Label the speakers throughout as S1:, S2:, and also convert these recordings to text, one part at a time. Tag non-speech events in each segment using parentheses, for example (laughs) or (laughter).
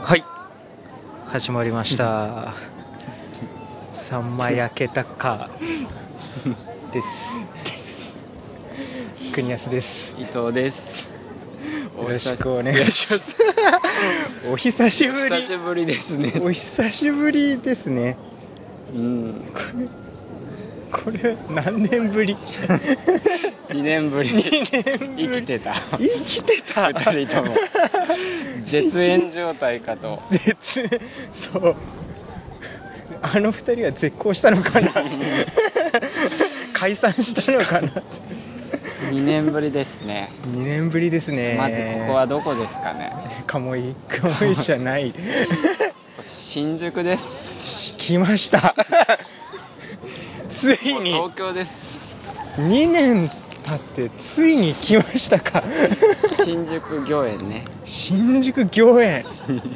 S1: はい始まりました3枚開けたかです国安です
S2: 伊藤です。
S1: よろしくお願いします。 (laughs) お久しぶ
S2: 久し
S1: り
S2: ぶりですね。
S1: お久しぶりですね
S2: うん。
S1: これこれ何年ぶ (laughs) り
S2: 2年ぶりに
S1: 2年ぶり
S2: 生きてた。
S1: 生きてた
S2: 二人とも絶縁状態かと。
S1: 絶そうあの二人は絶交したのか (laughs) な解散したのかな
S2: 2年ぶりですね。
S1: 2年ぶりですね
S2: まずここはどこですかね。
S1: 鴨居鴨居じゃない
S2: (laughs) 新宿です。
S1: 来ましたついに
S2: 東京です。
S1: 2年経ってついに来ましたか
S2: 新宿御苑ね。
S1: 新宿御苑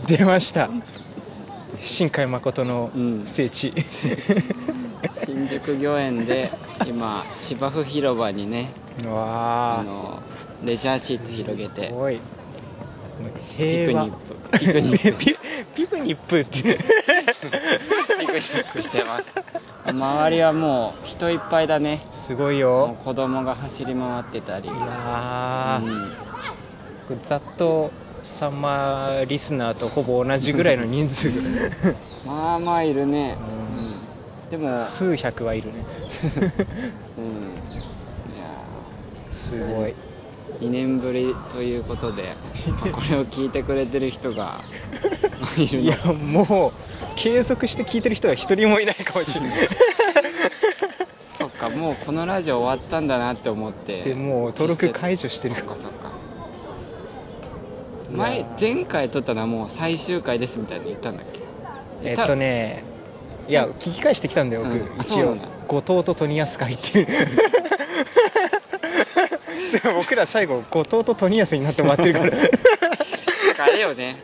S1: 出ました新海誠の
S2: うん
S1: 聖地、
S2: 新宿御苑で今芝生広場にね、
S1: う
S2: あ
S1: わー
S2: のレジャーシート広げて
S1: す。ごい
S2: ピク
S1: 平和
S2: ニップ (laughs) ピクニップ
S1: ピピクニップって
S2: ピクニックしてます周りはもう人いっぱいだね
S1: すごい
S2: も
S1: よ
S2: う子供が走り回ってたり
S1: いや
S2: う
S1: ー、
S2: ん
S1: これざっとサンマーリスナーとほぼ同じぐらいの人数が
S2: まあまあいるね、
S1: うん
S2: うんでも、うん、いや
S1: 数百はいるね
S2: (laughs)
S1: すごい
S2: 2年ぶりということで、まあこれを聞いてくれてる人がいる
S1: (laughs) い
S2: の
S1: やもう継続して聞いてる人は一人もいないかもしれない
S2: (laughs) そっかもうこのラジオ終わったんだなって思って
S1: でもう登録解除してる
S2: そっ
S1: か
S2: かそっか
S1: い
S2: 前
S1: やー
S2: 前回撮ったのはもう最終回ですみたいに言ったんだっけ
S1: えっとねいや聞き返してきたんだよ僕、
S2: うんあ
S1: 一
S2: そうな
S1: 応
S2: んだ
S1: 後藤とトニアス会っていう
S2: (laughs)
S1: でも僕ら最後後藤とトニアスになってもらってるから
S2: あれよね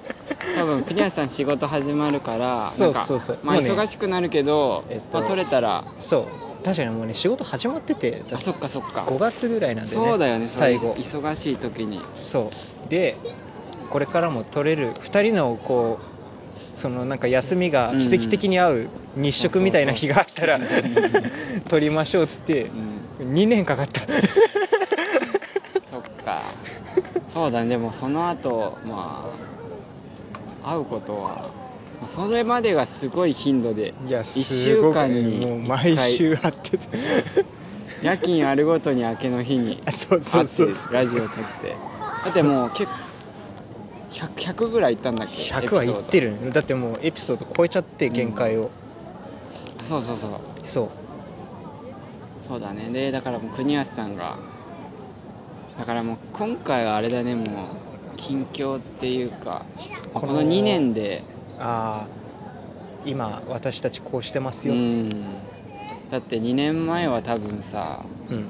S2: 多分国安さん仕事始まるから
S1: そうそうそう
S2: なんかまあ、
S1: もうね
S2: 忙しくなるけど、
S1: えっと
S2: まあ、取れたら
S1: そう確かにもうね仕事始まってて
S2: あそっかそっか
S1: 5月ぐらいなんでね
S2: そうだよねそうい
S1: 最
S2: う
S1: 後
S2: 忙しい
S1: (laughs)
S2: 時に
S1: そうでこれからも取れる2人のこうそのなんか休みが奇跡的に合う日食みたいな日があったら (laughs) 取りましょうっつって
S2: うん
S1: 2年かかった
S2: そっかそうだねでもその後まあ会うことはまあそれまでがすごい頻度で
S1: いや
S2: 一
S1: すご
S2: 週
S1: く
S2: 間
S1: ね
S2: に
S1: もう
S2: 一回
S1: 毎週会ってて
S2: 夜勤あるごとに明けの日に
S1: (laughs) そう (laughs) そ
S2: 会
S1: う
S2: っ
S1: そう
S2: て
S1: そう
S2: ラジオ撮ってだってもう結構 100, 100ぐらい行ったんだっけ
S1: 100はいって
S2: る
S1: るだってもうエピソード超えちゃって限界を、
S2: そうそうそう
S1: そう
S2: そうだねでだからもう国安さんがだからもう今回はあれだねもう近況っていうかまあこ
S1: この
S2: の2年で
S1: ああ今私たちこうしてます
S2: う
S1: よ、
S2: んだって2年前は多分さ、
S1: うん
S2: ま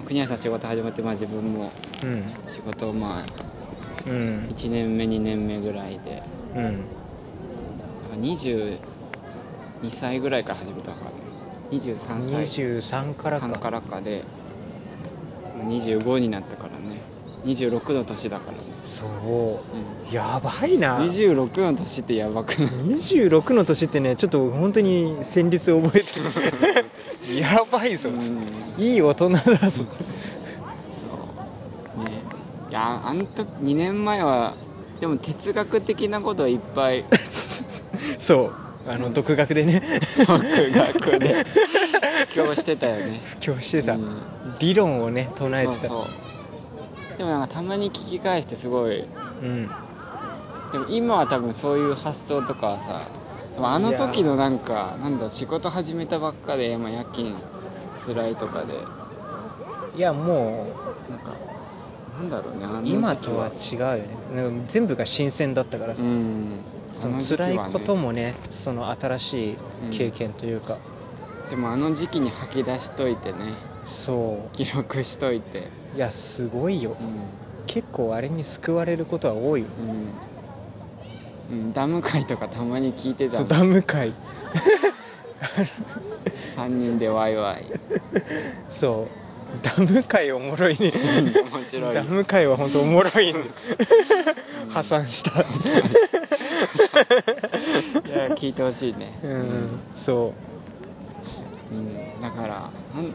S2: あ、国安さん仕事始まって、まあ、自分も
S1: うん
S2: 仕事をまあ
S1: うん
S2: 1年目2年目ぐらいで
S1: うん
S2: だから22歳ぐらいから始めたのかな23歳
S1: 23からか
S2: 3からかでもう25になったからね26の年だからね
S1: そ
S2: うん
S1: うやばいな
S2: 26の年ってやばくない
S1: 26の年ってねちょっと本当に旋律覚えてる (laughs) やばいぞ、
S2: うんそう
S1: いい大人だぞ
S2: ねいやあんと2年前はでも哲学的なことをいっぱい
S1: そうあの独学でね (laughs)
S2: 独学で今日してたよね
S1: 布教してた、
S2: うん
S1: 理論をね唱えてた
S2: そうそうでもなんかたまに聞き返してすごい
S1: うん
S2: でも今は多分そういう発想とかはさでもあの時のなんかなんだ仕事始めたばっかで、まあ、夜勤辛いとかで
S1: いやも
S2: なんかなんだろうねあの
S1: う
S2: 時期
S1: 今とは違うよねなんか全部が新鮮だったから
S2: う
S1: さ、
S2: ん
S1: そ
S2: あ
S1: の
S2: 時期は
S1: 辛
S2: ね
S1: いこともねその新しい経験というか、
S2: でもあの時期に吐き出しといてね
S1: そ
S2: 記録しといて
S1: ういやすごいよ
S2: う
S1: 結構あれに救われることは多いよ
S2: んうん、うん、ダム会とかたまに聞いてた
S1: そう
S2: の
S1: ダム会
S2: 3人でワイワイ
S1: そうダム会おもろいね
S2: 面白い
S1: ダム会は本当おもろいんで破産した
S2: いや聞いてほしいね
S1: うんそ
S2: うんだからなん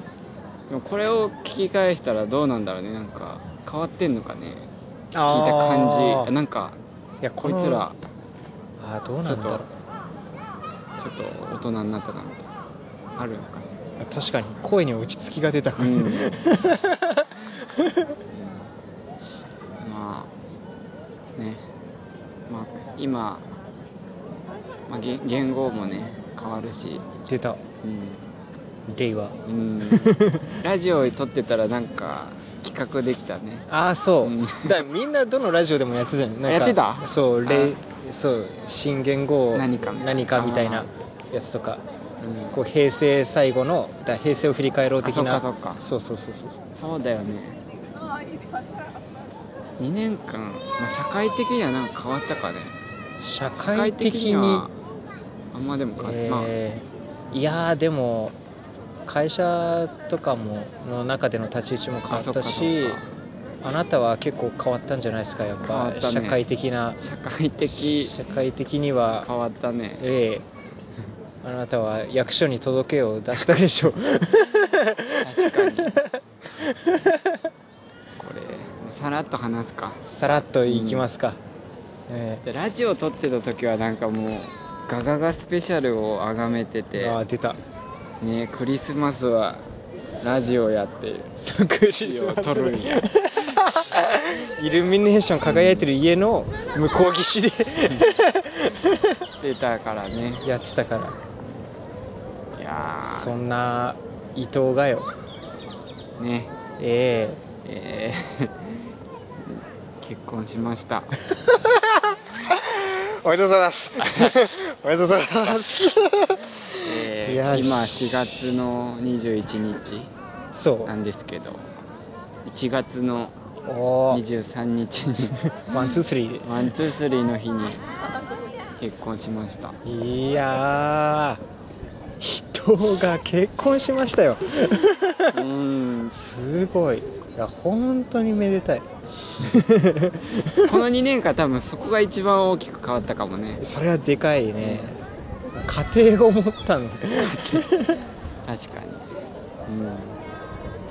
S2: でもこれを聞き返したらどうなんだろうねなんか変わってんのかね
S1: う聞い
S2: 聞いた感じなんか
S1: いや
S2: こ
S1: こ
S2: い
S1: の
S2: つら
S1: あーどうなんだ
S2: ちょ
S1: ろ
S2: っちょっと大人になったなみたいなあるのかね
S1: う確かに声に落ち着きが出たから、
S2: うんまあねまあ今、まあ、言言語もね変わるし
S1: 出た
S2: うん
S1: 令和
S2: うん
S1: (laughs)
S2: ラジオ撮ってたらなんか企画できたね
S1: ああそう、
S2: うん
S1: だからみんなどのラジオでもやってたよねなんか
S2: やってた
S1: そう
S2: あ
S1: れ
S2: ー
S1: そう新元号
S2: 何かみたいな
S1: 何かみたいな
S2: あ
S1: やつとか
S2: うん
S1: こう平成最後のだから平成を振り返ろう的な
S2: あそっか
S1: そうそうそうそう
S2: そうだよね2年間、まあ、社会的にはなんか変わったかね
S1: 社
S2: 社
S1: 会
S2: 会
S1: 的
S2: 的
S1: に
S2: にはあんまでも変わって、
S1: えーいやーでも会社とかもの中での立ち位置も変
S2: ま
S1: わ
S2: ああ
S1: っ
S2: そっか
S1: た
S2: そっか
S1: しあなたは結構変わったんじゃないですかやっ
S2: 変わ
S1: ぱ、
S2: った
S1: 社
S2: ね
S1: 会的な
S2: 社会的
S1: 社会的には
S2: 変わったね
S1: ええあなたは役所に届けを出したで
S2: (laughs)
S1: しょ
S2: 確かにこれさらっと話すか
S1: さらっといきますか、え
S2: でラジオ撮ってた時はなんかもうガガガスペシャルをあがめて
S1: え
S2: て
S1: ああ出た
S2: ねクリスマスはラジオやって
S1: そうクリ
S2: ラ
S1: ス
S2: ジ
S1: マ
S2: オ
S1: ス
S2: 撮るんや
S1: イルミネーション輝いてる家の向こう岸で
S2: してたからね
S1: やってたから
S2: いや
S1: そんな伊藤がよ
S2: ーね
S1: え
S2: えー (laughs) 結婚しました
S1: えおめでとうございます (laughs) おめでとうございます
S2: えー
S1: いやー
S2: 今4月の21日
S1: そ
S2: なんですけど1月の
S1: うおお
S2: 23日 (laughs) に
S1: ワンツースリー
S2: ワンツースリーの日に結婚しました
S1: いやー人が結婚しましたよ
S2: うん
S1: すごいいや本当にめでたい (laughs)
S2: この2年間多分そこが一番大きく変わったかもね
S1: それはでかいね家庭を持ったんだ
S2: 確かにうん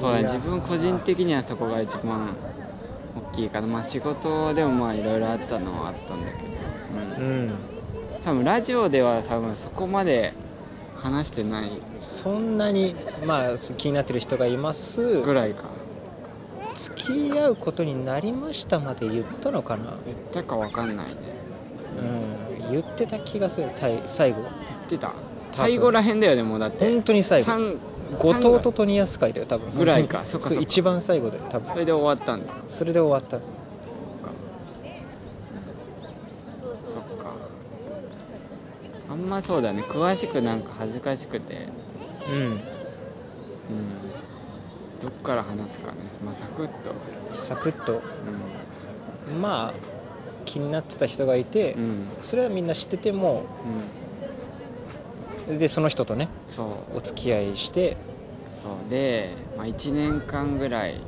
S2: そうだね
S1: いやー
S2: 自分個人的にはそこが一番大きいかなまあ仕事でもまあいろいろあったのはあったんだけど
S1: う
S2: うん
S1: ん
S2: 多分ラジオでは多分そこまで話してない
S1: そんなにまあ気になってる人がいます
S2: ぐらいか
S1: 付き合うことになりましたまで言ったのかな
S2: 言ったか分かんないね
S1: うん言ってた気がするたい最後
S2: 言ってた最後らへんだよねもうだって
S1: 本当に最後
S2: 三
S1: 後
S2: 三
S1: 藤とトニアス会だよ多分
S2: ぐらい
S1: 本
S2: か
S1: 当に
S2: そっか
S1: う
S2: そっか
S1: 一番最後だよ多
S2: そ
S1: 分
S2: れで終わったんだ
S1: それで終わった
S2: そっかあんまそうだね詳しくなんか恥ずかしくて
S1: うん
S2: うんどっから話すかねまあサクッと
S1: サクッと
S2: う
S1: まあ気になってた人がいて、
S2: んうん
S1: それはみんな知ってても
S2: うん
S1: でその人とね
S2: そう
S1: お付き合いして、
S2: そうで、まあ、1年間ぐらい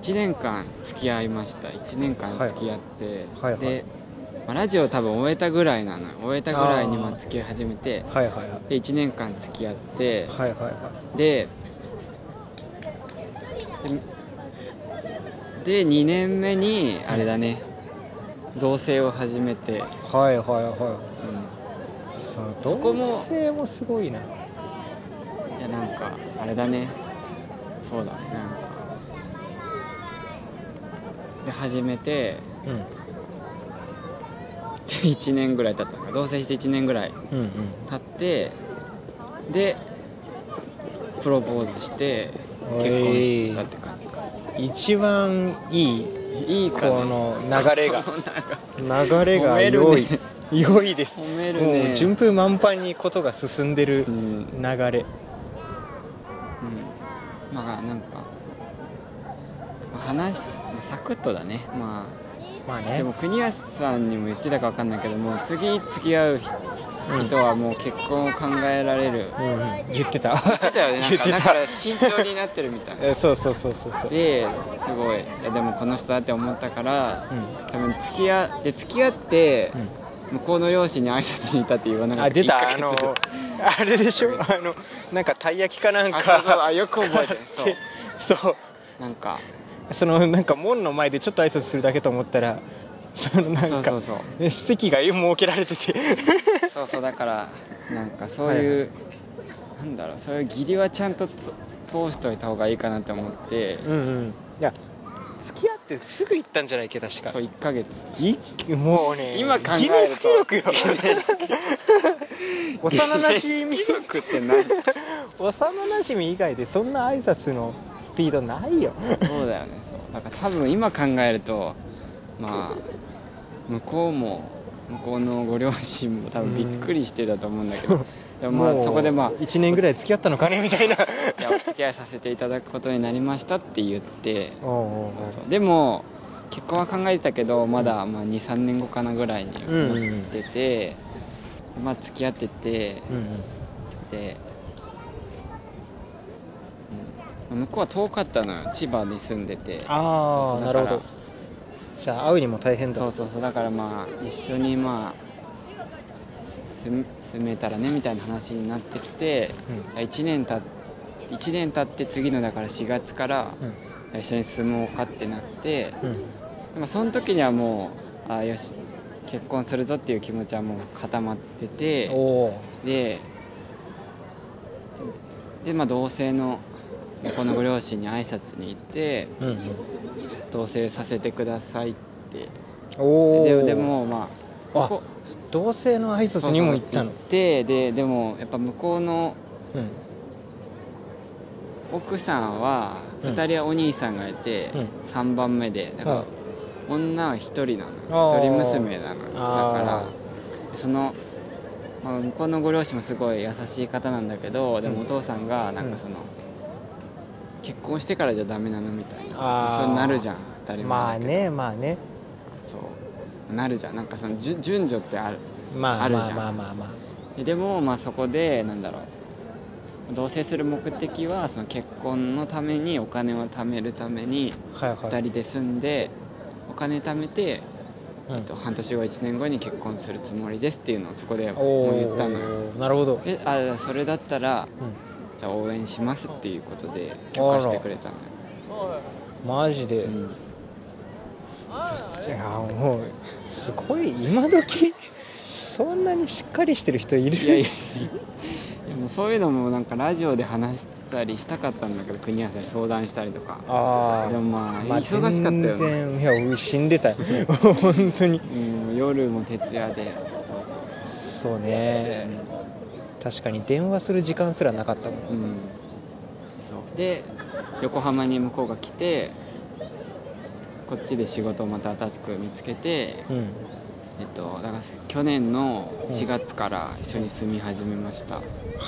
S2: 1年間付き合いました1年間付き合って、
S1: はいはい
S2: で、まあラジオ多分終えたぐらいなのよ終えたぐらいに
S1: あー
S2: まあ付き合い始めて
S1: はいはいはい
S2: で1年間付き合って、
S1: はいはいは
S2: ででで2年目にあれだね同棲を始めて、
S1: いはいはいは
S2: う
S1: いその
S2: そこも、
S1: 同性もすごいなん
S2: いやなんかあれだねそうだねなんかで始めて
S1: うん
S2: で1年ぐらい経ったのか同棲して1年ぐらい
S1: うんうん
S2: 経ってでプロポーズして
S1: おい
S2: 結婚してたって感じか
S1: 一番いい
S2: いい
S1: こ
S2: かな
S1: の流れ
S2: (laughs)
S1: が流れ
S2: 褒
S1: が
S2: めるね
S1: 良い、良いです
S2: 褒めるね
S1: もう順風満帆にことが進んでる
S2: うん
S1: 流れ
S2: うん、まあなんかまあ話サクッとだねま
S1: まあ
S2: で
S1: ね
S2: も国安さんにも言ってたか分かんないけどもう次付き合う人
S1: うん
S2: 人はもう結婚を考えられる、
S1: うんうん言ってた
S2: だよ
S1: (laughs)
S2: ねなん
S1: 言っ
S2: か
S1: て
S2: だか
S1: た
S2: ら慎重になってるみたい
S1: えそうそうそうそうそう
S2: ですごいいやでもこの人だって思ったから
S1: うん
S2: 多分付き合で付き合って、向こうの両親に挨拶に行ったって言わなか
S1: あ
S2: った
S1: 出たあ
S2: 1ヶ
S1: の
S2: 月で
S1: (laughs) あれでしょあのなんかたい焼きかなん
S2: あそうそう
S1: か
S2: あよく覚
S1: (laughs)
S2: えてるそ
S1: そ
S2: う
S1: うそう
S2: なんか
S1: そのなんか門の前でちょっと挨拶するだけと思ったらそのなんか
S2: そうそうそう
S1: ね席が設けられてて
S2: そうそうだからなんかそういう、なんだろうそういう義理はちゃんとつ通しといた方がいいかなって思って、
S1: うんうんいや付き合ってすぐ行ったんじゃないっけ確か
S2: そう1ヶ月
S1: 一気もうね
S2: 今考えると
S1: ギネス記録よ幼馴染
S2: み族って何
S1: (laughs) 幼馴染以外でそんな挨拶のスピードないよ
S2: そうだよねそうだから多分今考えるとまあ向こうも向こうのご両親も多分びっくりしてたと思うんだけど、
S1: うん
S2: でもま
S1: も
S2: あ
S1: う
S2: そこでまあ
S1: 1年ぐらい付き合ったのかねみたいな
S2: いやお付き合いさせていただくことになりましたって言って
S1: (laughs) おうおうおう
S2: そうそうでも結婚は考えてたけどまだ、まあ、23年後かなぐらいに
S1: うんうんうん
S2: 思ってて、まあ付き合ってて
S1: うんうん
S2: で、うん、向こうは遠かったのよ千葉に住んでて
S1: ああ
S2: そうそうだ
S1: な
S2: から
S1: るほどじゃあ会うにも大変だ
S2: そうそうそうだからまあ一緒にまあ住む住めたらねみたいな話になってきて、
S1: う
S2: 1年た1年経って次のだから4月から
S1: うん
S2: 一緒に住もうかってなって、
S1: うん
S2: でもその時にはもうあよし結婚するぞっていう気持ちはもう固まってて
S1: おお
S2: でで、まあ、同性の向こうのご両親に挨拶に行って
S1: うんうん
S2: 同棲させてくださいって
S1: おお
S2: ででもまあ
S1: あ同性の挨拶にも行ったの
S2: そうそう行ってででもやっぱ向こうの
S1: うん
S2: 奥さんは
S1: うん
S2: 2人はお兄さんがいて
S1: うん
S2: 3番目でだから
S1: あ
S2: 女は1人な
S1: あ
S2: の
S1: ー
S2: 一人娘なのだ
S1: あ
S2: からその、まあ、向こうのご両親もすごい優しい方なんだけどで
S1: うん
S2: もお父さんがなんかその、結婚してからじゃダメなのみたいな
S1: あー
S2: そうなるじゃん当たり
S1: まあ
S2: 前だけど、
S1: ねまあね
S2: そうなるじゃんなんかそのじゅ順序ってある
S1: ま
S2: あ
S1: あ
S2: る
S1: まあ
S2: じゃん
S1: まあまあまあ
S2: ででもまあそこでなんだろう同棲する目的はその結婚のためにお金を貯めるために
S1: はいはい
S2: 2人で住んでお金貯めて
S1: うん
S2: えっと半年後1年後に結婚するつもりですっていうのをそこで
S1: お
S2: も
S1: お
S2: う言ったのよ
S1: なるほど、
S2: えあそれだったら
S1: う
S2: じゃあ応援しますっていうことで許可してくれたのよ、
S1: ん、マジで、
S2: うん
S1: いやもうすごい今時そんなにしっかりしてる人いる
S2: いや (laughs) いやいやもうそういうのもなんかラジオで話したりしたかったんだけど国安に相談したりとか
S1: ああ
S2: でもまあ忙しかったよね
S1: 全然いや俺死んで
S2: (laughs)
S1: たよ本当に
S2: うん夜も徹夜でそうそう
S1: そうね確かに電話する時間すらなかったもん
S2: うんそうで横浜に向こうが来てこっちで仕事をまた新しく見つけて
S1: うん
S2: えっとだから去年の4月から一緒に住み始めました、
S1: は
S2: そう
S1: ー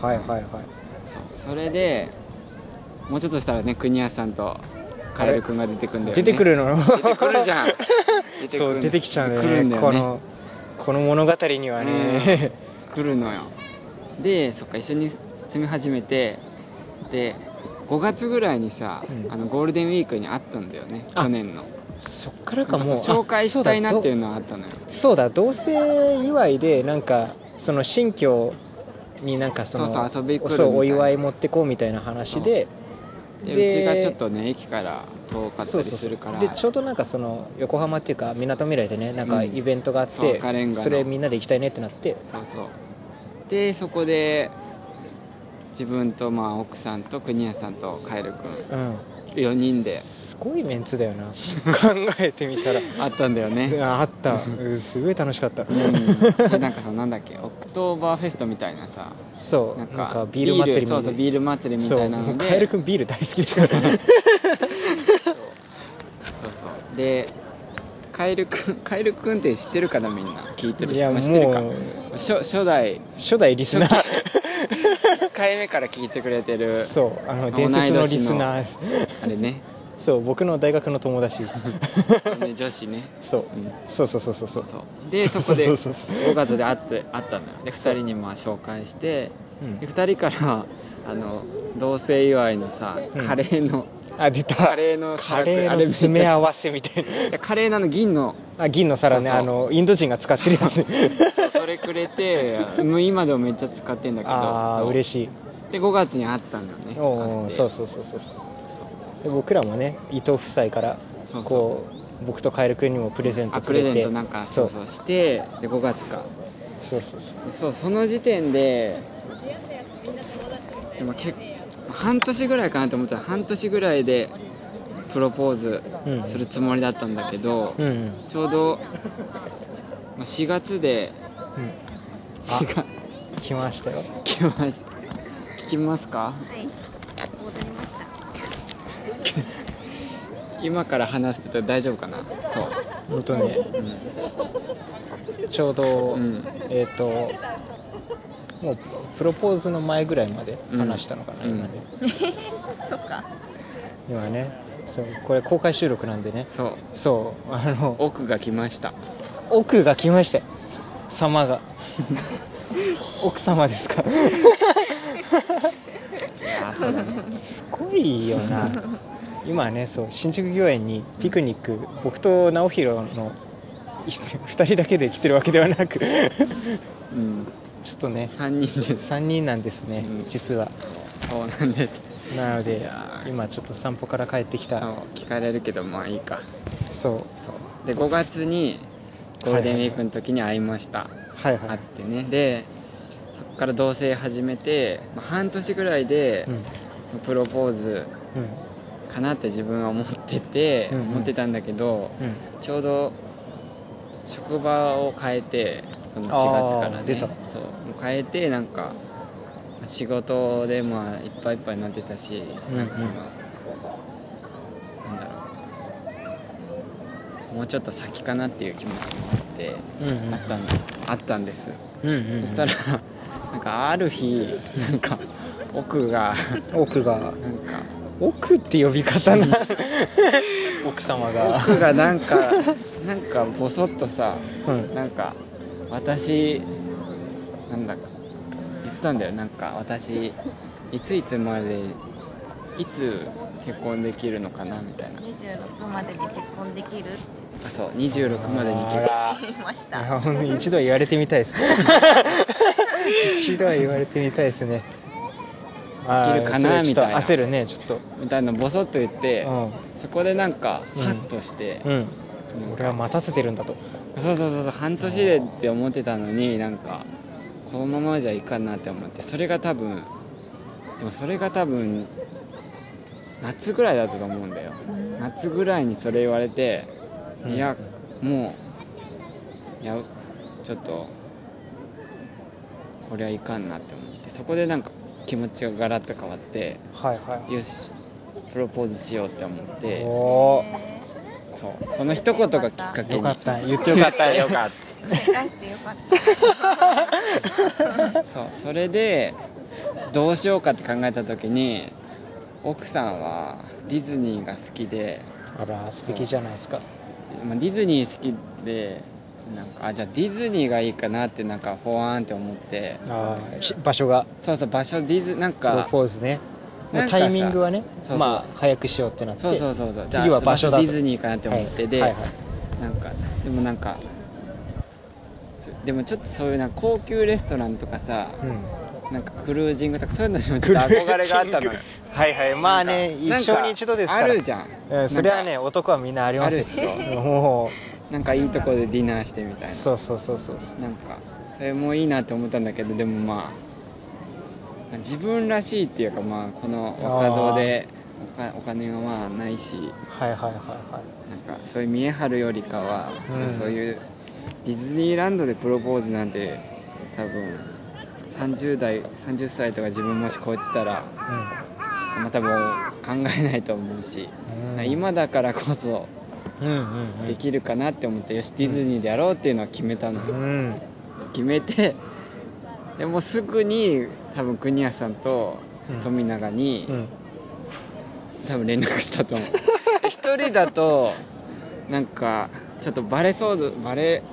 S2: そ
S1: いは
S2: う
S1: いはいはい
S2: そうそれでもうちょっとしたらね国安さんとカエル君が出てくんだよ
S1: 出
S2: ね
S1: てくるのよ
S2: 出てくるじゃん出く
S1: (laughs)
S2: る
S1: そう出てきちゃうんだよ
S2: 来る
S1: ね
S2: んだよね
S1: このこの物語にはね、
S2: 来るのよでそっか一緒に住み始めてで5月ぐらいにさ、
S1: うん
S2: あのゴールデンウィークにあったんだよね
S1: あ
S2: 去年の
S1: (laughs) そっから
S2: な
S1: か
S2: んか
S1: もう
S2: さ紹介したいなっていう
S1: あ
S2: のはあったのよ
S1: そうだどそうだ同性祝いでなんかその新居になんかその
S2: そうそう遊び来るみたいな
S1: そうお祝い持ってこうみたいな話で
S2: でうちがちょっとね駅から遠かったりするから
S1: そうそうそうでちょうどなんかその横浜っていうかみなとみらいでねなんか
S2: うん
S1: イベントがあっ
S2: そ
S1: て、
S2: うカレンガの
S1: それみんなで行きたいねってなって
S2: そうそうでそこで自分とまあ奥さんと国安さんとカエル
S1: うん
S2: 君4人です
S1: ごいメンツだよ
S2: (laughs)
S1: な考えてみたら
S2: あったんだよね
S1: ああったうんすごい楽しかった、
S2: うんでなんかさなんだっけオクトーバーフェストみたいなさ
S1: そう
S2: な
S1: なんん
S2: か
S1: かビール祭りみた
S2: そ
S1: いう
S2: そう
S1: ー
S2: ビール祭りみたいなので
S1: カエル君ビール大好きだから
S2: (laughs) そうそうでカエルくんカエルくんって知ってるかなみんな聞いてる
S1: い
S2: 人
S1: や
S2: は知ってるか
S1: もう
S2: 初初代
S1: 初代リスナー (laughs)
S2: 1回目から聞いてくれてる
S1: そうあの伝説のリスナー
S2: あれね
S1: そう僕の大学の友達です
S2: (laughs) ね女子ね
S1: そう
S2: うん
S1: そうそうそうそうそ
S2: そう
S1: う
S2: そうでそこで
S1: そうそうそうそう
S2: 尾形で会って会ったのよで2人にまあ紹介して
S1: うん
S2: で2人からあの同棲祝いのさ
S1: うん
S2: カレーの、
S1: あ出た
S2: カレーの
S1: カレー
S2: あ
S1: の
S2: れめっちゃ
S1: 詰め合わせみたいない
S2: (laughs) やカレーなの銀の
S1: あ銀の皿ね
S2: そうそう
S1: あのインド人が使ってるやつね
S2: (laughs) そうそれく
S1: (laughs)
S2: れてもう今でもめっちゃ使ってんだけど
S1: ああ嬉
S2: し
S1: しい
S2: いで5月に会ったんだね
S1: おお
S2: 会って
S1: そうそうそうそうそうで僕らもね伊藤夫妻から
S2: そうそう
S1: こう僕とカエル君にもプレゼント
S2: あ
S1: く
S2: プ
S1: れて
S2: レゼントなんか
S1: そ
S2: そううそうしてで5月か
S1: そうそうそう
S2: そうその時点ででも結半年ぐらいかなと思ったら半年ぐらいでプロポーズ
S1: うん
S2: するつもりだったんだけど、
S1: うんうん
S2: ちょうど、まあ、4月で
S1: うんあ
S2: 4月
S1: 来ましたよ
S2: 来ました聞きますか
S3: はい。戻りました。
S2: (laughs) 今から話してたら大丈夫かなそ
S1: ほんとね
S2: ううん
S1: ちょうど、
S2: うん
S1: えっ、ともうプロポーズの前ぐらいまで話したのかな、
S2: うん
S1: 今ね
S3: (laughs) そっか。
S1: 今ねそうこれ公開収録なんでね
S2: そう
S1: そうあの
S2: 奥が来ました
S1: 奥が来ましたよす様
S2: (laughs)
S1: が奥様ですか
S2: いやーそうだね
S1: すごいよな今ねそう新宿御苑にピクニック、僕と直弘の2人だけで来てるわけではなく
S2: (laughs)
S1: (laughs)
S2: うん
S1: ちょっとね
S2: 3人です
S1: 3人なんですね、
S2: うん
S1: 実は
S2: そうなんです
S1: なので
S2: いやー
S1: 今ちょっと散歩から帰ってき
S2: そう
S1: た
S2: 聞かれるけどまあいいか
S1: そう
S2: そうで5月にゴールデンウィークの時に会いました、
S1: はいは
S2: 会っ
S1: い、
S2: てねでそこから同棲始めて、まあ、半年ぐらいで
S1: うん
S2: プロポーズ
S1: うん
S2: かなって自分は思ってて、
S1: うんうん
S2: 思ってたんだけど
S1: うん、
S2: ちょうど職場を変えてこの
S1: あー
S2: 4月からね
S1: 出た
S2: そう変えてなんか仕事でまあいっぱいいっぱいになってたし、
S1: うんうん
S2: なんかそのなんだろうもうちょっと先かなっていう気持ちもあって
S1: うんうん
S2: あったんあったんです、
S1: うんうんうん
S2: そしたら (laughs) なんかある日なんか奥が
S1: 奥が
S2: なん
S1: (laughs)
S2: か
S1: 奥って呼び方な奥様が
S2: (laughs) 奥がなんかなんかボソッとさ
S1: うん
S2: なんか私なんだか言ってたんだよなんか私いついつまでいつ結婚できるのかなみたいな
S3: 二十六までに結婚できるって
S2: あそう26までに結婚
S1: あ
S3: 言いまし
S1: らい
S3: た。
S1: やほんとに一度は言われてみたい
S2: (laughs)
S1: ですね一度は言われてみたいですねあー
S2: いけるか
S1: そ
S2: な
S1: れちょっと
S2: みた
S1: 焦るねちょっと
S2: みたいなボソッと言って
S1: う
S2: そこでなんか
S1: うん
S2: ハッとして、
S1: ん、う、
S2: なんん
S1: 俺
S2: か
S1: は待たせてるんだと
S2: そうそうそうそう半年でって思ってたのになんかこのままじゃいかんなって思ってそれが多分でもそれが多分夏ぐらいだったと思うんだよ
S3: うん
S2: 夏ぐらいにそれ言われて、
S1: うん
S2: いやもういやちょっとこれはいかんなって思ってそこでなんか気持ちがガラッと変わって
S1: はいはい
S2: よしプロポーズしようって思って
S1: お
S3: え
S2: そうその一言がきっかけ
S1: お
S2: に
S1: よかった言ってよかったよかっ
S3: ー正解してよかった。
S2: そうそれでどうしようかって考えた時に奥さんはディズニーが好きで、
S1: たあら素敵じゃないですか
S2: まあ、ディズニー好きでなんかあじゃあディズニーがいいかなってなんかほわーんって思って
S1: あーし場所が
S2: そうそう場所ディズなん
S1: プロ
S2: か
S1: ポーズねもう
S2: なんかさ
S1: タイミングはね
S2: そうそう
S1: まあ早くしようってなって
S2: そうそうそうそうじゃあ
S1: 次は場所だと
S2: ディズニーかなって思って、で、
S1: はいはいはい
S2: なんかでもなんかそうでもちょっとそういうなんか高級レストランとかさ、
S1: うん
S2: なんかクルージングとかそういうのにもちょっと憧れがあったのよ
S1: はいはいまあね一
S2: なんか
S1: 生に一度ですから
S2: あるじゃん
S1: うん、それはね男はみんなあります
S2: あるでし
S1: も
S2: なんかいいとこでディナーしてみたいうな
S1: そうそうそうそうそう
S2: なんかそれもいいなって思ったんだけどでもまあ自分らしいっていうかまあこの若造でおかお金がまあないし
S1: はいはいはいは
S2: なんかそういう見え張るよりかは、
S1: うん
S2: そういうディズニーランドでプロポーズなんて多分30代30歳とか自分もし超えてたら
S1: い
S2: まあ多分考えないと思うし、
S1: うんうん
S2: 今だからこそ
S1: うんうんうん
S2: できるかなって思って、よしディズニーでやろうっていうのは決めたの、
S1: うん
S2: 決めてでもうすぐに多分国安さんと
S1: うん
S2: 富永に、
S1: うん (laughs)
S2: 多分連絡したと思う一人だとなんかちょっとバレそうだバレ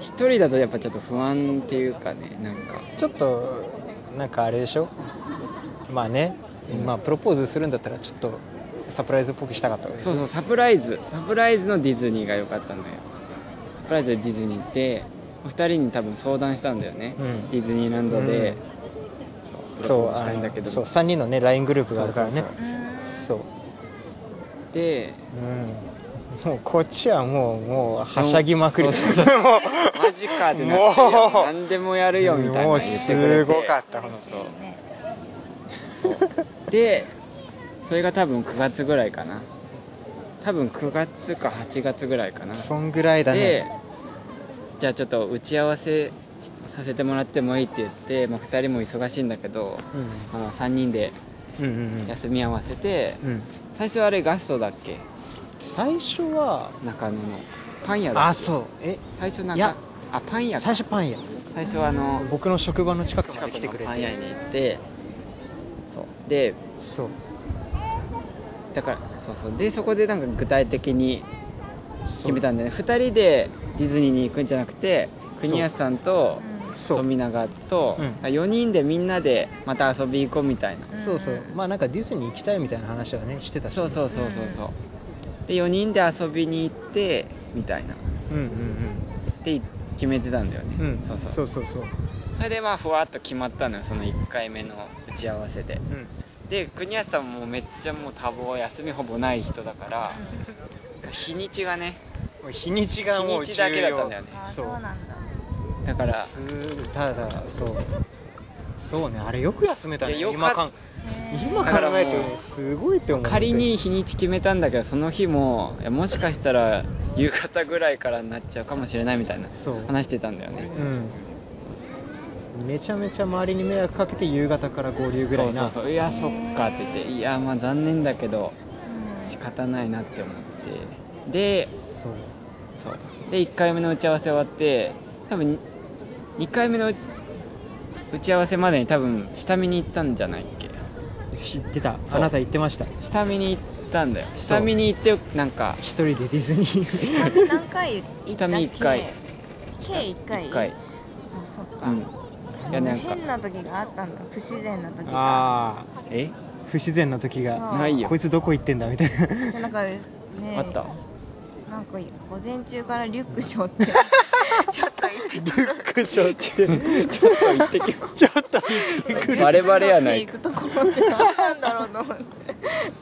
S2: 一人だとやっぱちょっと不安っていうかねなんか
S1: ちょっとなんかあれでしょまあね、まあプロポーズするんだったらちょっとサプライズっぽくしたかったわけでし
S2: そ
S1: ょ
S2: うそうサプライズサプライズのディズニーが良かったのよサプライズでディズニーってお二人に多分相談したんだよね、
S1: うん
S2: ディズニーランドで、そうプロポーズし
S1: あ
S2: たいんだけ
S1: の
S2: ど
S1: そう3人のね LINE グループがあるから
S2: そ
S1: ね
S2: うそう
S1: そう
S2: で
S1: うんもうこっちはもうもうはしゃぎまくり (laughs) も
S2: そうそうマジかってなって
S1: もう
S2: 何でもやるよみたいな
S1: も
S2: の
S1: う
S2: 言ってくれて
S1: すごかった
S3: 嬉しいね
S2: でそれが多分9月ぐらいかな多分9月か8月ぐらいかな
S1: うそんぐらいだ
S2: で
S1: ね
S2: じゃあちょっと打ち合わせしさせてもらってもいいって言って、まあ、2人も忙しいんだけど、
S1: う
S2: まあ、3人で
S1: んうんうん
S2: 休み合わせて、
S1: うん、うん、
S2: 最初あれガストだっけ
S1: 最初は
S2: 中野のパン屋だ
S1: あ
S2: っけ
S1: そうえ
S2: 最初なん
S1: いや
S2: かあパン屋か
S1: 最初パン屋
S2: 最初はあの
S1: 僕の職場の近くま
S2: 近
S1: で来
S2: く
S1: てくれ
S2: のパン屋
S1: て
S2: に行ってそうで
S1: そう
S2: だからそうそうでそこでなんか具体的に
S1: そう
S2: 決めたんだよね2人でディズニーに行くんじゃなくて国安さんと
S1: そう
S2: 富永と
S1: うん
S2: 4人でみんなでまた遊び行こうみたいな、
S3: うん
S1: そうそうまあなんかディズニー行きたいみたいな話はねしてたし、
S2: そうそうそうそうそうで4人で遊びに行ってみたいなっ
S1: うんうん
S2: て決めてたんだよね、
S1: うんうん
S2: そうそ
S1: そ
S2: うそう
S1: そうそう
S2: れでまあふわっと決まったのよその1回目の打ち合わせで
S1: うん
S2: で国安さんもめっちゃもう多忙休みほぼない人だから日にちがね
S1: もう日にちが
S2: 日
S1: もう
S2: にちだけだったんだよね
S3: あー
S1: そ
S3: そううなんだ
S2: だから
S1: すただそうそうねあれよく休めたね
S2: いやよか
S1: 今かん
S3: ね
S1: 今考
S2: から
S1: えて
S2: だからも
S1: も
S2: う
S1: すごいって思う
S2: 仮に日にち決めたんだけどその日もいやもしかしたら夕方ぐらいからになっちゃうかもしれないみたいな
S1: そう
S2: 話してたんだよね
S1: うんめちゃめちゃ周りに迷惑かけて夕方から合流ぐらいな
S2: そうそうそういやそっかって言っていやまあ残念だけど
S3: うん
S2: 仕方ないなって思ってで
S1: そう
S2: そうで1回目の打ち合わせ終わって多分2回目の打ち合わせまでに多分下見に行ったんじゃないっけ
S1: 知ってた
S2: そう
S1: あなた言ってました
S2: 下見に行ったんだよ
S1: う
S2: 下見に行ってなんか
S1: 一人でディズニー
S3: 下見何回行ったっけ
S2: 下見一回
S3: 計一回
S2: 1回
S3: あそっ
S2: う
S3: か、
S2: んいやなんか
S3: 変な時があったんだ不自然な時が
S1: ああ
S2: え
S1: 不自然な時
S3: そ
S1: が
S3: う
S2: ないよ
S1: こいつどこ行ってんだみたいな
S3: そなんかね
S2: あった
S3: なんか午前中からリュックしょってちょっと言って
S1: リュックショーって
S2: ちょっと行ってきま
S1: ちょっと行ってくる
S2: (laughs) バレバレやない
S3: リュック背負って行くところって何なんだろうと思って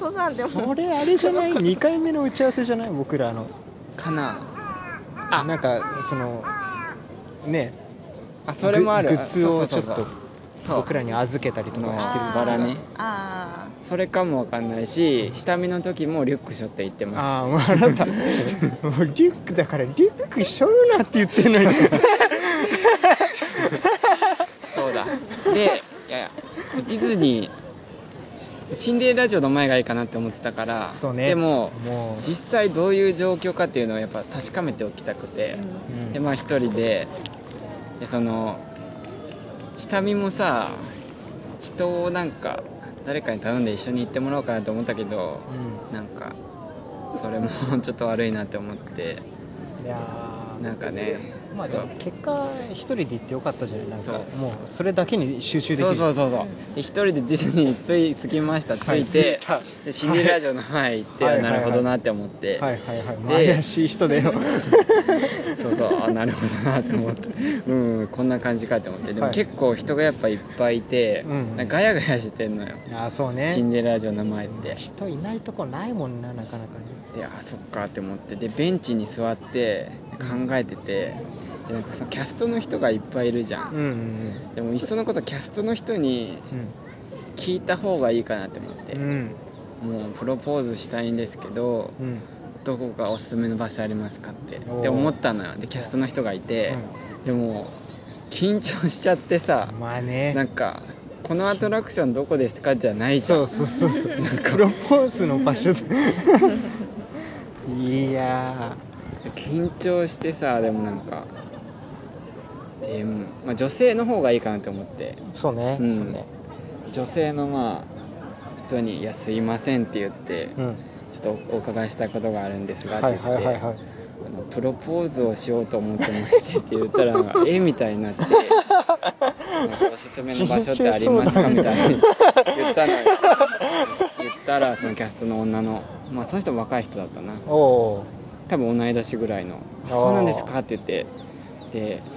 S3: 登山で
S1: そ
S3: も
S1: れあれじゃない2回目の打ち合わせじゃない僕らの
S2: かなあ
S1: なんかそのね
S2: あそれもある
S1: ググッズをちょっ
S2: そ
S1: と
S2: うそうそう
S1: 僕らに預けたりとかしてる
S3: あー
S2: バラね
S3: あ
S2: それかもわかんないし下見の時もリュック背負って行ってま
S1: ああもうあな
S2: (laughs)
S1: たもうリュックだからリュックしょうなって言ってんの
S2: (laughs)
S1: に
S2: すそうだでいやいやディズニー心霊ラジオの前がいいかなって思ってたから
S1: そうね
S2: でも
S1: もう
S2: 実際どういう状況かっていうのをやっぱ確かめておきたくて、
S1: うん
S2: でまあ一人ででその下見もさ人をなんか誰かに頼んで一緒に行ってもらおうかなと思ったけどなんかそれも (laughs) ちょっと悪いなって思って
S1: うんいやー
S2: なんかね
S1: まあでも結果一人で行ってよかったじゃないなん
S2: そ
S1: か
S2: う
S1: もうそれだけに集中でき
S2: そう
S1: る
S2: そうそうそうで一人でディズニーつい着きました着
S1: はい
S2: いて、
S1: 着いた
S2: でシンデレラ城の前行って、
S1: はい
S2: あなるほどなって思って、
S1: はいはいはい
S2: で
S1: 怪しい人だ
S2: (laughs)
S1: よ
S2: そうそうあなるほどなって思ってうんこんな感じかって思ってでも
S1: はい
S2: 結構人がやっぱいっぱいいて、
S1: うんうん
S2: なんかガヤガヤしてんのよ
S1: ああそう
S2: シン
S1: ね
S2: デレラ城の前って
S1: 人いないとこないもんななかなかね
S2: いやそっかって思ってでベンチに座って考えててでなんかそのキャストの人がいっぱいいるじゃ
S1: うん
S2: ん、
S1: うん
S2: でもいっそのことキャストの人に聞いた方がいいかなって思って、
S1: うんうん
S2: もうプロポーズしたいんですけど
S1: うん
S2: どこかおすすめの場所ありますかって
S1: おー
S2: で思ったのよでキャストの人がいて、でも緊張しちゃってさ
S1: まあね
S2: なんかこのアトラクションどこですかじゃないじ
S1: そ
S2: ゃん
S1: うそうそうそうプロポーズの場
S2: (laughs)
S1: 所でいや
S2: 緊張してさでもなんかでも、まあ、女性の方がいいかなって思って
S1: ーそうね、
S2: うん
S1: そうね
S2: 女性のまあ人に「いやすいません」って言って
S1: うん
S2: ちょっとお伺いしたいことがあるんですが」っ
S1: は
S2: て
S1: い
S2: 言って、
S1: はいはいはい
S2: あのプロポーズをしようと思ってまして」って言ったら「えみたいになってなんか「おすすめの場所ってありますか?」みたい
S1: (laughs)
S2: に言ったのよ言ったらそのキャストの女のまあその人も若い人だったな
S1: おお
S2: 多分同い年ぐらいの「
S1: あー
S2: あそうなんですか」って言ってで「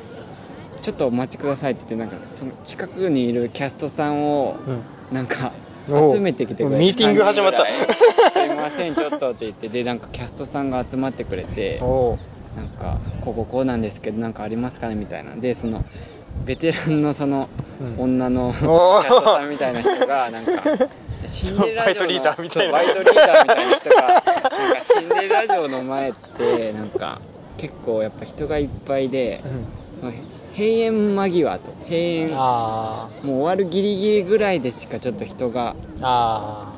S2: ちょっとお待ちください」って言ってなんかその近くにいるキャストさん
S1: ー、
S2: を
S1: うん、
S2: なんか
S1: おう
S2: 集めてきてくれて
S1: ミーティング始まった
S2: 3人ぐらいすいませんちょっとって言ってでなんかキャストさんが集まってくれて
S1: おー
S2: なんかこうこうこうなんですけどなんかありますかねみたいなでそのベテランのその
S1: うん
S2: 女の (laughs) キャス
S1: おー
S2: トさんみたいな人がなんかシンデレラ城
S1: バイト
S2: の
S1: リーダーみたいな
S2: そうバイトリーダーみたいな人がなんかシンデレラ城の前ってなんか結構やっぱ人がいっぱいで
S1: うん、
S2: その閉園間際と閉園も
S1: あ
S2: う終わるギリギリぐらいでしかちょっと人が
S1: ーあ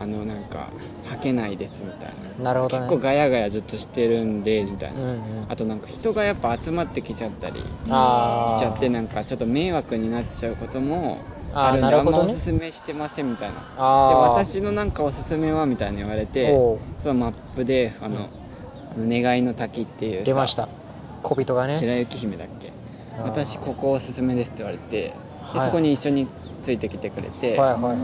S2: あのなんかはけないですみたいな
S1: ーなるほどね
S2: 結構ガヤガヤずっとしてるんでみたいな
S1: うんうん
S2: あとなんか人がやっぱ集まってきちゃったりしち
S1: あー
S2: ゃってなんかちょっと迷惑になっちゃうことも
S1: あー
S2: あるんで
S1: な
S2: あ
S1: る
S2: ん
S1: ほ
S2: ま
S1: ど
S2: お
S1: ね
S2: すすめしてませんみたいなで
S1: あー
S2: 私のなんかおすすめはみたいな言われて
S1: おう
S2: そのマップであの「願いの滝」っていうさ
S1: 出ました小人がね
S2: 白雪姫だっ
S1: あ
S2: け
S1: ー
S2: 私ここおすすめですって言われてで
S1: はい
S2: そこに一緒についてきてくれて
S1: はい
S2: なん
S1: はい
S2: か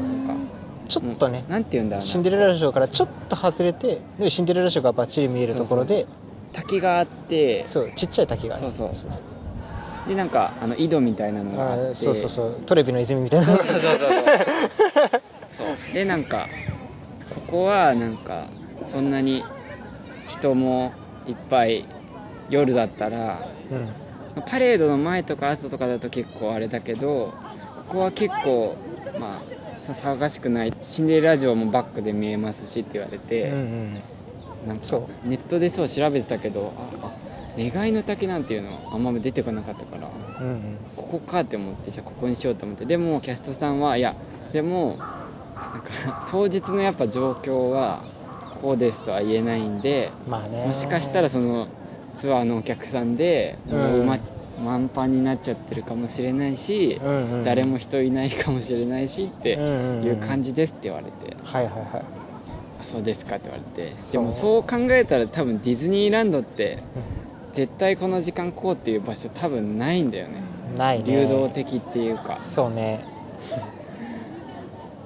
S1: ちょっとね
S2: なんて言うんだろうな
S1: シンデレラ城からちょっと外れてでシンデレラ城がバッチリ見えるところで
S2: 滝があって
S1: そうちっちゃい滝がある
S2: そうそうでなんかあの井戸みたいなのが
S1: あ
S2: あっ
S1: ー
S2: て
S1: そうそうそうトレビの泉みたいな
S2: そうそうそうそうそうでなんかここはなんかそんなに人もいっぱい夜だったら
S1: うん
S2: パレードの前とか後とかだと結構あれだけどここは結構まあ騒がしくないシンデレラ城もバックで見えますしって言われ
S1: うんう
S2: て、
S1: ん
S2: なんか
S1: そ
S2: ネットでそう調べてたけどああ願いの滝なんていうのあんま出てこなかったから
S1: うんうん
S2: ここかって思ってじゃあここにしようと思ってでもキャストさんはいやでもなんか (laughs) 当日のやっぱ状況はこうですとは言えないんで
S1: まあね
S2: もしかしたらそのツアーのお客さんでもう、ま満帆になっちゃってるかもしれないし、
S1: うんうん
S2: 誰も人いないかもしれないしって
S1: うんうんうん
S2: いう感じですって言われて、
S1: はいはいはい
S2: あそうですかって言われてで
S1: そう
S2: もそう考えたら多分ディズニーランドって絶対この時間こうっていう場所多分ないんだよね
S1: ないね
S2: 流動的っていうか
S1: そうね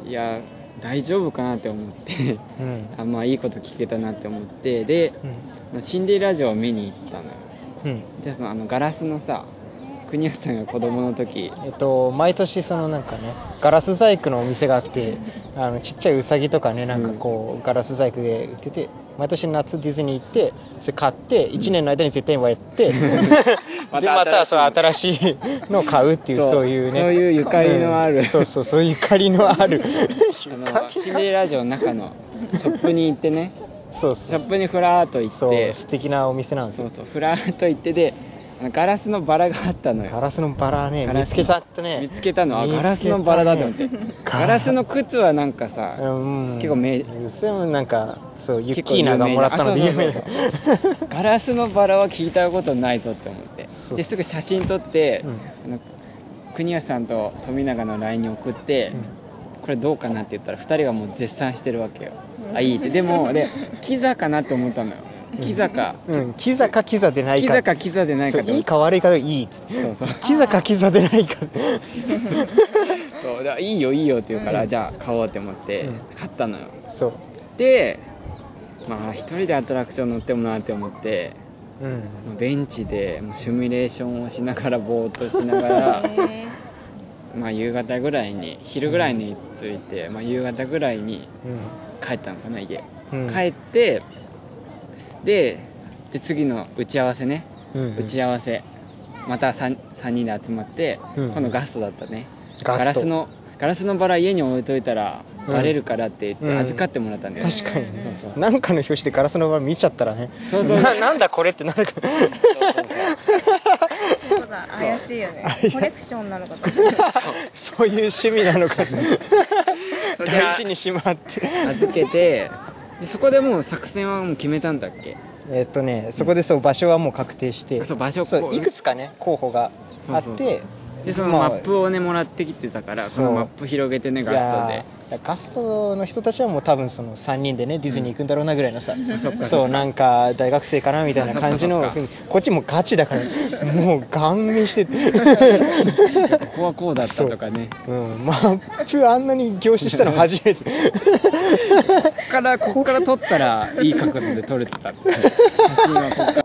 S2: いや大丈夫かなって思って (laughs)
S1: うん
S2: あまあいいこと聞けたなって思ってで
S1: うん
S2: シンデレラ城を見に行ったのよ
S1: うん
S2: じゃあそのあのガラスのさ国安さんが子供の時
S1: えっと、毎年そのなんかねガラス細工のお店があってあのちっちゃいウサギとかねなんかこう、ガラス細工で売ってて毎年夏ディズニー行ってそれ買って1年の間に絶対に割って、(laughs)
S2: また
S1: でまたその
S2: 新
S1: 新しいのを買うっていう
S2: そう
S1: (laughs) そういうね
S2: そういうゆかりのある
S1: うんそうそうそういうゆかりのある
S2: (laughs) あのシンデレラ城の中の (laughs) ショップに行ってね
S1: そう
S2: シ
S1: そ
S2: ョ
S1: う
S2: ップにふらーっと行っ
S1: そう
S2: て
S1: 素敵なお店なんです
S2: そう
S1: よ
S2: そうふらーっと行ってであのガラスのバラがあったのよ
S1: ガラスのバラね
S2: ガラ
S1: 見
S2: スの
S1: つけちゃったね
S2: 見つけたのあ
S1: 見つけ
S2: ガ
S1: たね
S2: ラスのバラだと思ってガラスの靴はなんかさ、
S1: うん
S2: 結構め
S1: それもなんかそうユッ
S2: 結構
S1: キーナがもらったので有名
S2: 有名じゃ
S1: だ
S2: んあガラスのバラは聞いたことないぞって思って
S1: そう
S2: ですぐ写真撮って、
S1: うん
S2: あの国安さんと富永の LINE に送って、これどうかなって言ったら2人がもう絶賛してるわけよ、
S1: (laughs)
S2: あいいってでも俺キザかなって思ったのよキザか、
S1: うん、キザかキザでない
S2: キ
S1: か
S2: ザかキザでないか
S1: そうい
S2: 思
S1: い
S2: って
S1: か悪いかでいいっつって
S2: そうそう
S1: キザかキザでないか
S2: そうだからいいよいいよって言うから、
S1: うん
S2: じゃあ買おうって思って、
S1: うん
S2: 買ったのよ
S1: そう
S2: でまあ一人でアトラクション乗ってもなって思って
S1: うん
S2: もうベンチでもうシミュレーションをしながらぼーっとしな
S1: (laughs)
S2: がら
S3: え
S2: まあ夕方ぐらいに昼ぐらいに着いて、まあ、夕方ぐらいに帰ったのかな家、
S1: うん
S2: 帰ってでで次の打ち合わせね、
S1: うんうん
S2: 打ち合わせまた 3, 三人で集まって、
S1: うん
S2: 今度ガストだったね
S1: ガスト
S2: スのガラスのバラ家に置いといたら
S1: うん
S2: バレるからって言っ
S1: う
S2: て
S1: ん
S2: 預かってもらったんだよ、ね
S1: 確かにね
S2: そうそう
S1: なんかの表紙でガラスの場見ちゃったらね
S2: そうそ
S1: (laughs)
S2: う
S1: ななんだこれってなるから
S2: そうそうそう
S3: ー、そうだ怪しいよねコレクションなのかと思った
S1: そういう趣味なの
S2: (laughs)
S1: か (laughs) 大事にしまって
S2: 預けてでそこでもう作戦はもう決めたんだっけ
S1: えっとねそこでそう場所はもう確定して
S2: そう場所こ
S1: そう
S2: う
S1: いくつかね候補があっ
S2: そうそう
S1: て
S2: でその
S1: まあ
S2: マップをねもらってきてたからこ
S1: そう
S2: のマップ広げてねガストで
S1: いやだからガストの人たちはもう多分その3人でねディズニー行くんだろうなぐらいのさ、
S2: あそっか
S1: そ
S2: そうう
S1: なんか大学生かなみたいな感じの
S2: そっかそっ
S1: こっちもガチだからもうガン見
S2: (laughs)
S1: してて
S2: ここはこうだったとかね
S1: うん、マップあんなに凝視したの初めて
S2: こっからこっから撮ったらいい角度で撮れてた写真はこっから